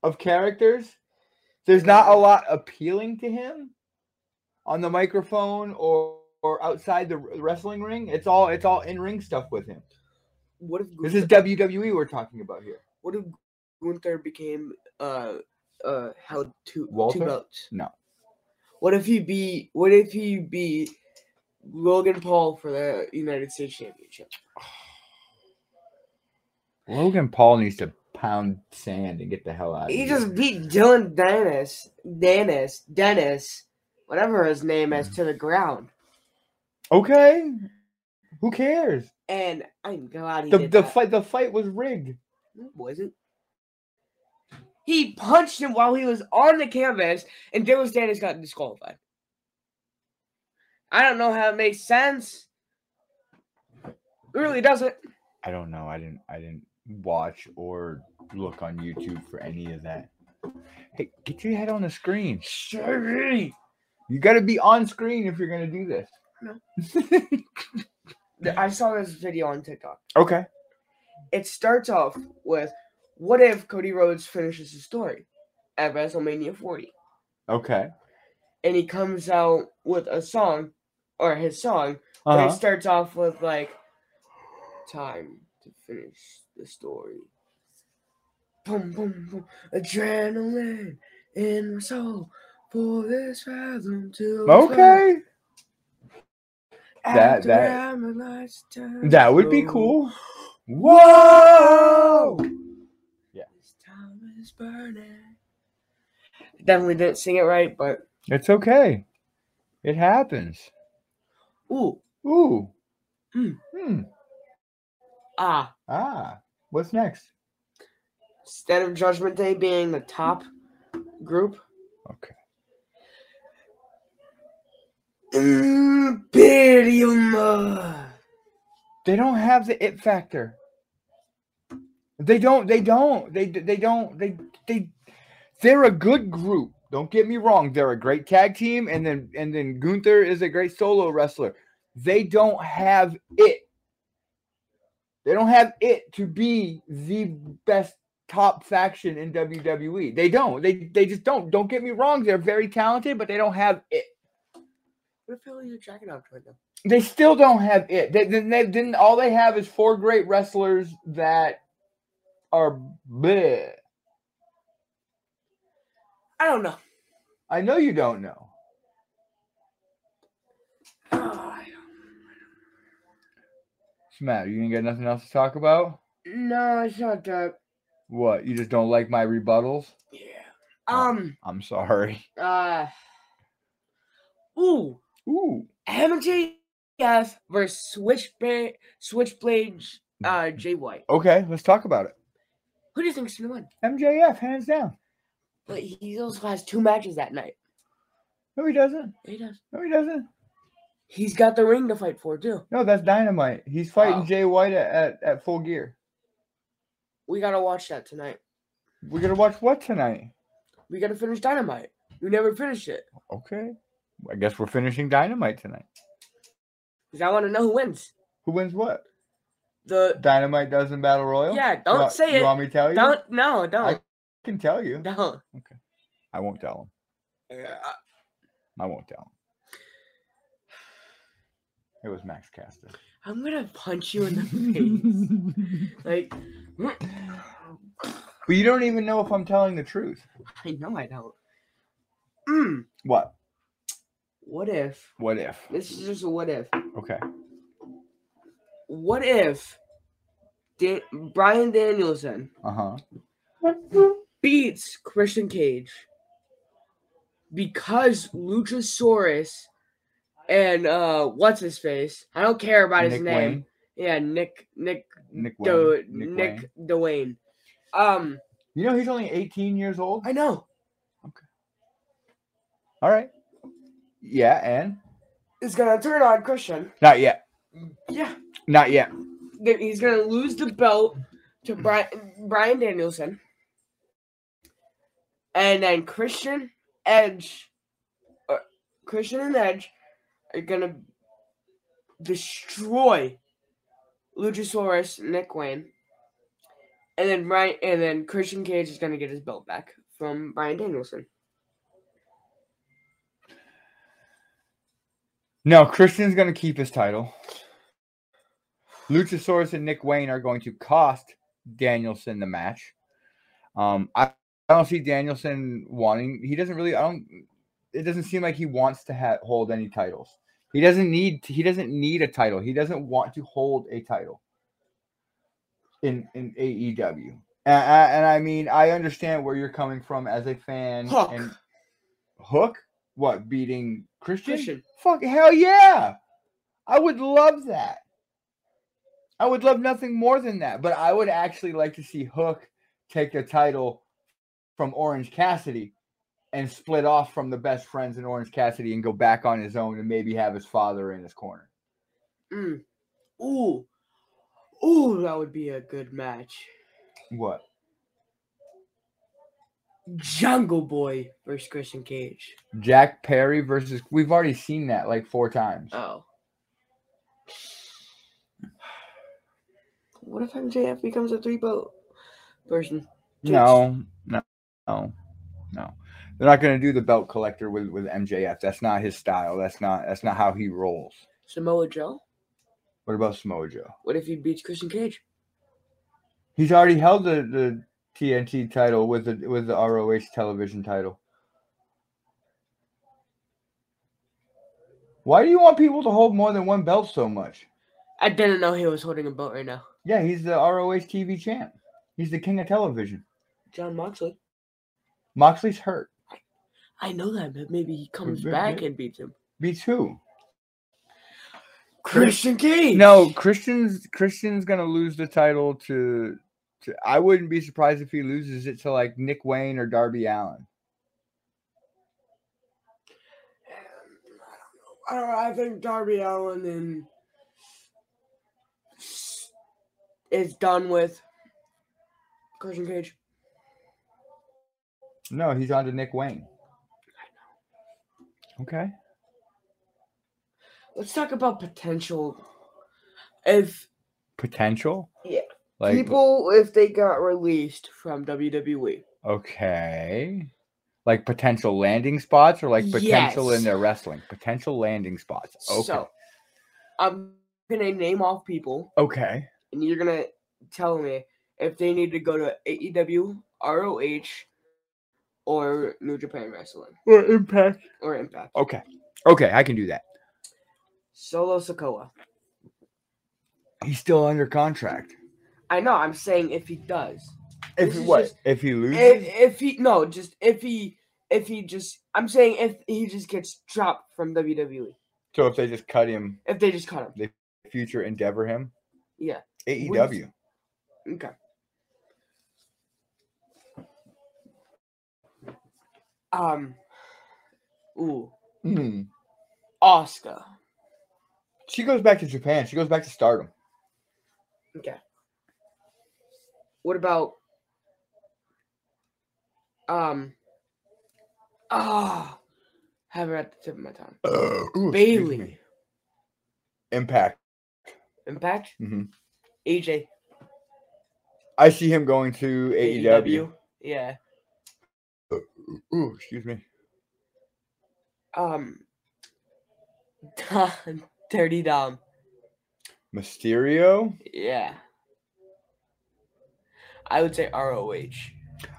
Speaker 2: of characters. There's not a
Speaker 1: Mhm.
Speaker 2: lot appealing to him on the microphone or, or outside the r- wrestling ring. It's all it's all in ring stuff with him.
Speaker 1: What if
Speaker 2: This
Speaker 1: Gunther,
Speaker 2: is WWE we're talking about here.
Speaker 1: what if Gunther became uh uh held two
Speaker 2: Walter?
Speaker 1: two belts?
Speaker 2: No.
Speaker 1: What if he beat? What if he beat Logan Paul for the United States Championship?
Speaker 2: Logan Paul needs to pound sand and get the hell out of
Speaker 1: He
Speaker 2: here.
Speaker 1: just beat Dylan Dennis, Dennis, Dennis, whatever his name is,
Speaker 2: Mm.
Speaker 1: to the ground.
Speaker 2: Okay. Who cares?
Speaker 1: And I'm glad he
Speaker 2: The
Speaker 1: did
Speaker 2: the
Speaker 1: that.
Speaker 2: fight the fight was rigged.
Speaker 1: No, it wasn't. He punched him while he was on the canvas, and Dylan Dennis got disqualified. I don't know how it makes sense. It really doesn't.
Speaker 2: I don't know. I didn't I didn't watch or look on YouTube for any of that. Hey, get your head on the screen.
Speaker 1: Sure.
Speaker 2: You gotta be on screen if you're gonna do this.
Speaker 1: th- I saw this video on TikTok.
Speaker 2: Okay.
Speaker 1: It starts off with, "What if Cody Rhodes finishes his story at WrestleMania 40?"
Speaker 2: Okay.
Speaker 1: And he comes out with a song, or his song, but
Speaker 2: Uh-huh.
Speaker 1: it starts off with like, "Time to finish the story." Boom, boom, boom! Adrenaline in my soul. Pull this fathom to its limit.
Speaker 2: Okay. That-
Speaker 1: After
Speaker 2: that-
Speaker 1: I'm a lifetime
Speaker 2: That would be
Speaker 1: old.
Speaker 2: cool. Whoa!
Speaker 1: This time is burning. Definitely didn't sing it right, but
Speaker 2: It's okay. It happens.
Speaker 1: ooh,
Speaker 2: Ooh.
Speaker 1: Mm.
Speaker 2: Hmm.
Speaker 1: ah.
Speaker 2: Ah. What's next?
Speaker 1: Instead of Judgment Day being the top group,
Speaker 2: Okay.
Speaker 1: Imperium. uh,
Speaker 2: They don't have the it factor. They don't. They don't. They. d- They don't. They. They. They're a good group. Don't get me wrong. They're a great tag team, and then and then Gunther is a great solo wrestler. They don't have it. They don't have it to be the best top faction in WWE. They don't. They they just don't. Don't get me wrong. They're very talented, but they don't have it.
Speaker 1: What if Ellie Dragon up right now?
Speaker 2: they still don't have it. They, then they then all they have is four great wrestlers that are bleh.
Speaker 1: I don't know.
Speaker 2: I know you don't know.
Speaker 1: Ah,
Speaker 2: What's the matter? You ain't got nothing else to talk about?
Speaker 1: No, it's not that.
Speaker 2: What? You just don't like my rebuttals?
Speaker 1: Yeah.
Speaker 2: Oh.
Speaker 1: Um.
Speaker 2: I'm sorry.
Speaker 1: Uh. Ooh.
Speaker 2: Ooh.
Speaker 1: MJF versus Switchblade. Switchblade. Uh. Jay White.
Speaker 2: Okay, let's talk about it.
Speaker 1: Who do you think's gonna win?
Speaker 2: MJF, hands down.
Speaker 1: But he also has two matches that night.
Speaker 2: No, he doesn't.
Speaker 1: He does.
Speaker 2: No, he doesn't.
Speaker 1: He's got the ring to fight for too.
Speaker 2: No, that's dynamite. He's fighting
Speaker 1: Oh.
Speaker 2: Jay White at, at, at full gear.
Speaker 1: We gotta watch that tonight.
Speaker 2: We're gonna watch what tonight?
Speaker 1: We gotta finish Dynamite. We never finished it.
Speaker 2: Okay. I guess we're finishing dynamite tonight.
Speaker 1: Cause I want to know who wins.
Speaker 2: Who wins what?
Speaker 1: The
Speaker 2: Dynamite does in Battle Royal?
Speaker 1: yeah. Don't
Speaker 2: you wa-
Speaker 1: say
Speaker 2: You
Speaker 1: it.
Speaker 2: want me to tell you?
Speaker 1: Don't. No. Don't.
Speaker 2: I- can tell you.
Speaker 1: don't.
Speaker 2: I won't tell him.
Speaker 1: Uh,
Speaker 2: I won't tell him. It was Max Caster.
Speaker 1: I'm gonna punch you in the face. like, mm,
Speaker 2: But you don't even know if I'm telling the truth.
Speaker 1: I know I don't. Mm,
Speaker 2: What?
Speaker 1: what if?
Speaker 2: What if?
Speaker 1: This is just a what if.
Speaker 2: Okay.
Speaker 1: What if? Dan- Brian Danielson
Speaker 2: Uh huh.
Speaker 1: beats Christian Cage because Luchasaurus and uh what's his face? I don't care about his name. Yeah, Nick Nick
Speaker 2: Nick Wayne.
Speaker 1: Do-
Speaker 2: Nick
Speaker 1: Nick
Speaker 2: Wayne.
Speaker 1: Dwayne. Um,
Speaker 2: You know he's only 18 years old.
Speaker 1: I know
Speaker 2: All right. Yeah, and
Speaker 1: it's gonna turn on Christian.
Speaker 2: not yet.
Speaker 1: Yeah,
Speaker 2: Not yet.
Speaker 1: that he's gonna lose the belt to Brian Brian Danielson, and then Christian Edge, uh, Christian and Edge are gonna destroy Luchasaurus, Nick Wayne, and then Brian, and then Christian Cage is gonna get his belt back from Brian Danielson.
Speaker 2: No, Christian's going to keep his title. Luchasaurus and Nick Wayne are going to cost Danielson the match. Um, I, I don't see Danielson wanting. He doesn't really. I don't. It doesn't seem like he wants to ha- hold any titles. He doesn't need. He doesn't need a title. He doesn't want to hold a title. In in E AEW, and, I- and I mean, I understand where you're coming from as a fan.
Speaker 1: Hook.
Speaker 2: And Hook, what beating Christian?
Speaker 1: Christian.
Speaker 2: Fuck hell yeah! I would love that. I would love nothing more than that. But I would actually like to see Hook take the title from Orange Cassidy and split off from the best friends in Orange Cassidy and go back on his own and maybe have his father in his corner.
Speaker 1: Mm. Ooh, ooh, that would be a good match.
Speaker 2: What?
Speaker 1: Jungle Boy versus Christian Cage.
Speaker 2: Jack Perry versus we've already seen that like four times.
Speaker 1: Oh. What if MJF becomes a three belt person?
Speaker 2: No, no, no, no. They're not going to do the belt collector with, with MJF. That's not his style. That's not that's not how he rolls.
Speaker 1: Samoa Joe?
Speaker 2: What about Samoa Joe?
Speaker 1: What if he beats Christian Cage?
Speaker 2: He's already held the, the TNT title with the with the ROH television title. Why do you want people to hold more than one belt so much?
Speaker 1: I didn't know he was holding a belt right now.
Speaker 2: Yeah, he's the ROH TV champ. He's the king of television.
Speaker 1: John Moxley.
Speaker 2: Moxley's hurt.
Speaker 1: I know that, but maybe he comes
Speaker 2: Who's-
Speaker 1: back
Speaker 2: who-
Speaker 1: and beats him.
Speaker 2: Beats who?
Speaker 1: Christian Cage.
Speaker 2: No, Christian's Christian's gonna lose the title to. to I wouldn't be surprised if he loses it to like Nick Wayne or Darby Allen.
Speaker 1: I don't know. I think Darby Allen and is done with Christian Cage.
Speaker 2: No, he's on to Nick Wayne. Okay.
Speaker 1: Let's talk about potential. If
Speaker 2: Potential.
Speaker 1: Yeah.
Speaker 2: Like
Speaker 1: people, if they got released from E, WWE,
Speaker 2: okay. Like potential landing spots or like potential
Speaker 1: Yes.
Speaker 2: in their wrestling. Potential landing spots. Okay.
Speaker 1: so I'm gonna name off people,
Speaker 2: okay.
Speaker 1: and you're gonna tell me if they need to go to E AEW, ROH, or New Japan Wrestling
Speaker 2: Or impact.
Speaker 1: or Impact.
Speaker 2: Okay. Okay, I can do that.
Speaker 1: Solo Sokoa.
Speaker 2: He's still under contract.
Speaker 1: I know. I'm saying if he does.
Speaker 2: If
Speaker 1: This
Speaker 2: he-
Speaker 1: is
Speaker 2: what?
Speaker 1: just-
Speaker 2: if he loses?
Speaker 1: if, if he no, just if he if he just I'm saying if he just gets dropped from WWE,
Speaker 2: so if they just cut him,
Speaker 1: if they just cut him,
Speaker 2: future endeavor him. E
Speaker 1: Yeah.
Speaker 2: AEW.
Speaker 1: okay. Um, ooh,
Speaker 2: Mm.
Speaker 1: Oscar.
Speaker 2: She goes back to Japan. She goes back to Stardom.
Speaker 1: Okay. What about um? Ah, have her at the tip of my tongue.
Speaker 2: Ooh, excuse me.
Speaker 1: Bailey,
Speaker 2: Impact.
Speaker 1: Impact,
Speaker 2: Mhm.
Speaker 1: AJ,
Speaker 2: I see him going to E AEW.
Speaker 1: E yeah.
Speaker 2: Ooh, excuse me.
Speaker 1: Um, Dom- Dirty Dom.
Speaker 2: Mysterio.
Speaker 1: Yeah. I would say ROH.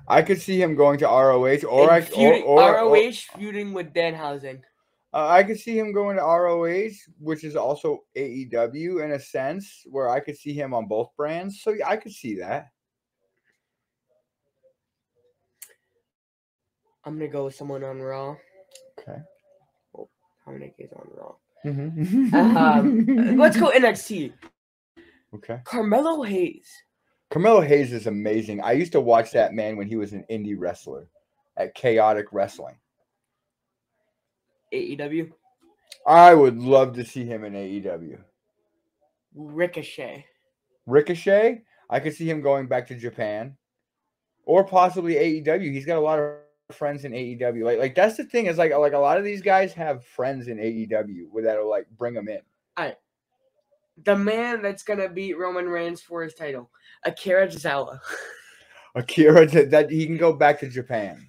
Speaker 2: I could see him going to ROH or
Speaker 1: And
Speaker 2: I or,
Speaker 1: feuding-
Speaker 2: or, or-
Speaker 1: ROH feuding with Danhausen.
Speaker 2: uh, I could see him going to ROH, which is also AEW in a sense, where I could see him on both brands. So yeah, I could see that.
Speaker 1: I'm gonna go with someone on Raw.
Speaker 2: Okay.
Speaker 1: How many is on Raw?
Speaker 2: Mm-hmm.
Speaker 1: Um, Let's go NXT.
Speaker 2: Okay.
Speaker 1: Carmelo Hayes.
Speaker 2: Carmelo Hayes is amazing. I used to watch that man when he was an indie wrestler at Chaotic Wrestling.
Speaker 1: AEW.
Speaker 2: I would love to see him in E AEW.
Speaker 1: Ricochet.
Speaker 2: Ricochet, I could see him going back to Japan or possibly AEW. He's got a lot of friends in AEW. Like like that's the thing is like like a lot of these guys have friends in AEW where that'll like bring them in.
Speaker 1: The man that's gonna beat Roman Reigns for his title. Akira Tozawa.
Speaker 2: Akira to, that he can go back to Japan.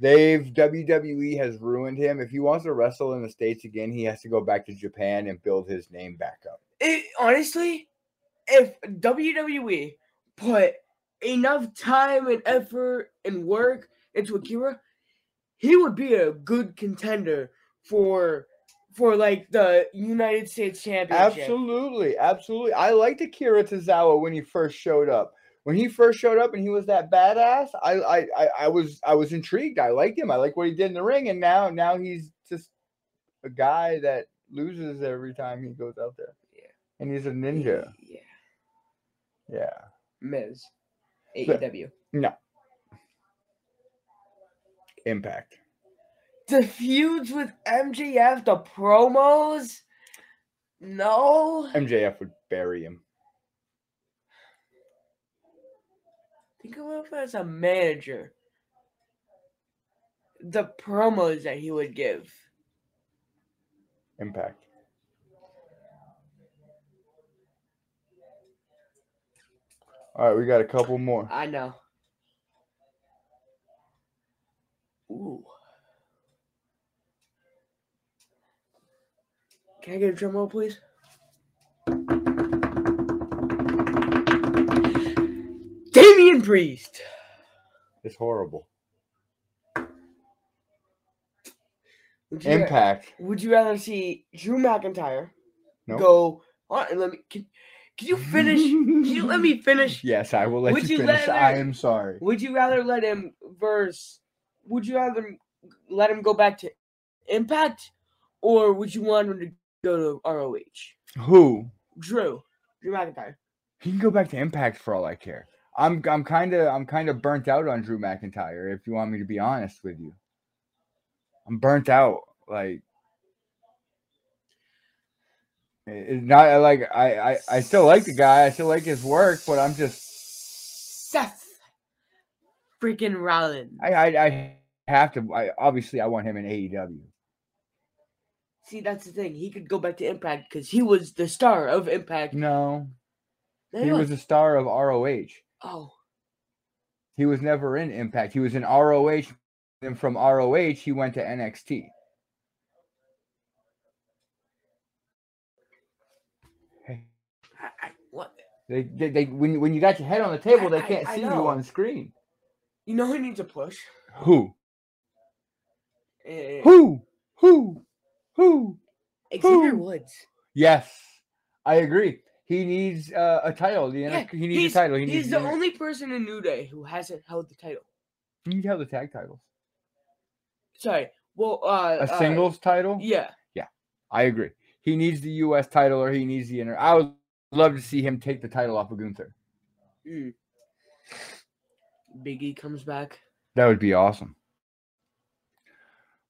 Speaker 2: They've WWE has ruined him. If he wants to wrestle in the states again, he has to go back to Japan and build his name back up.
Speaker 1: it, honestly, if WWE put enough time and effort and work into Akira, he would be a good contender for for like the United States Championship.
Speaker 2: Absolutely, absolutely. I liked Akira Tozawa when he first showed up. When he first showed up and he was that badass, I I I, I was I was intrigued. I liked him. I like what he did in the ring, and now now he's just a guy that loses every time he goes out there.
Speaker 1: Yeah.
Speaker 2: And he's a ninja.
Speaker 1: Yeah.
Speaker 2: Yeah.
Speaker 1: Miz. E AEW.
Speaker 2: Impact.
Speaker 1: The feuds with MJF, the promos. No.
Speaker 2: MJF would bury him.
Speaker 1: Think of him as a manager. The promos that he would give.
Speaker 2: Impact. All right, we got a couple more.
Speaker 1: I know. Ooh. Can I get a drum roll, please? Damian Priest.
Speaker 2: It's horrible.
Speaker 1: Would you ra-
Speaker 2: Impact.
Speaker 1: would you rather see Drew McIntyre
Speaker 2: No.
Speaker 1: go? Hold on, let me. Can, can you finish? can you let me finish?
Speaker 2: Yes, I will let
Speaker 1: Would
Speaker 2: you
Speaker 1: you let
Speaker 2: finish. I
Speaker 1: her-
Speaker 2: am sorry.
Speaker 1: Would you rather let him verse? Would you rather let him go back to Impact, or would you want him to go to ROH?
Speaker 2: Who?
Speaker 1: Drew, Drew McIntyre.
Speaker 2: He can go back to Impact for all I care. I'm I'm kind of I'm kind of burnt out on Drew McIntyre. If you want me to be honest with you, I'm burnt out. Like, it- it's eh, not I like I, I I still like the guy. I still like his work, but I'm just
Speaker 1: Seth freaking Rollins.
Speaker 2: I I, I have to. I obviously I want him in E AEW.
Speaker 1: See, that's the thing. He could go back to Impact because he was the star of Impact.
Speaker 2: No,
Speaker 1: Then
Speaker 2: Mm, he
Speaker 1: you're
Speaker 2: was
Speaker 1: like,
Speaker 2: a star of ROH.
Speaker 1: oh,
Speaker 2: He was never in Impact. He was in ROH. Then from ROH, he went to NXT. Hey,
Speaker 1: I, I, what?
Speaker 2: They, they, they when, you- when you got your head on the table, they
Speaker 1: I-
Speaker 2: can't
Speaker 1: I
Speaker 2: see you
Speaker 1: know.
Speaker 2: on screen.
Speaker 1: You know who needs a push?
Speaker 2: Who?
Speaker 1: Eh,
Speaker 2: Who? Who? Who?
Speaker 1: Xavier
Speaker 2: Who?
Speaker 1: Woods.
Speaker 2: Yes, I agree. He needs uh, a title. The NXT, he needs
Speaker 1: he's,
Speaker 2: a title. He needs
Speaker 1: he's the
Speaker 2: an-
Speaker 1: only person in New Day who hasn't held the title.
Speaker 2: He needs to have the tag titles.
Speaker 1: Sorry. Well, uh,
Speaker 2: A
Speaker 1: uh,
Speaker 2: singles title.
Speaker 1: yeah.
Speaker 2: I agree. He needs the U.S. title or he needs the inter. I would love to see him take the title off of Gunther.
Speaker 1: Mm. Biggie comes back.
Speaker 2: That would be awesome.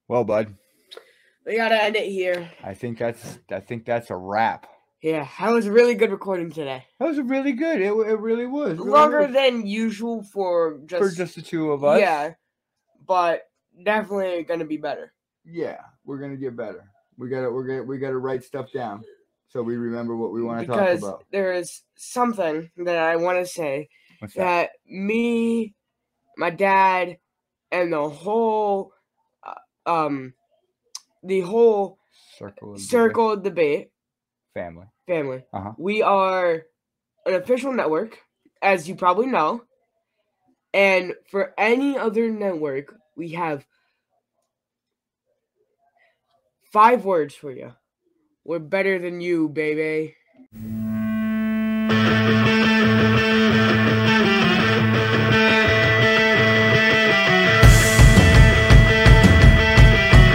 Speaker 2: Well, bud,
Speaker 1: We gotta end it here.
Speaker 2: I think that's I think that's a wrap.
Speaker 1: Yeah, that was a really good recording today.
Speaker 2: That was really good. It, wa- it really was really
Speaker 1: Longer
Speaker 2: was.
Speaker 1: than usual for just,
Speaker 2: for just the two of us.
Speaker 1: yeah, but definitely gonna be better.
Speaker 2: yeah. We're gonna get better. We gotta we're gonna we gotta write stuff down so we remember what we want to talk
Speaker 1: because
Speaker 2: about.
Speaker 1: there is something that I want to say
Speaker 2: What's that?
Speaker 1: that me, my dad, and the whole, uh, um, the whole
Speaker 2: Circle of the
Speaker 1: circle debate
Speaker 2: family.
Speaker 1: family.
Speaker 2: Uh-huh.
Speaker 1: We are an official network, as you probably know, and for any other network, we have five words for you. We're better than you, baby.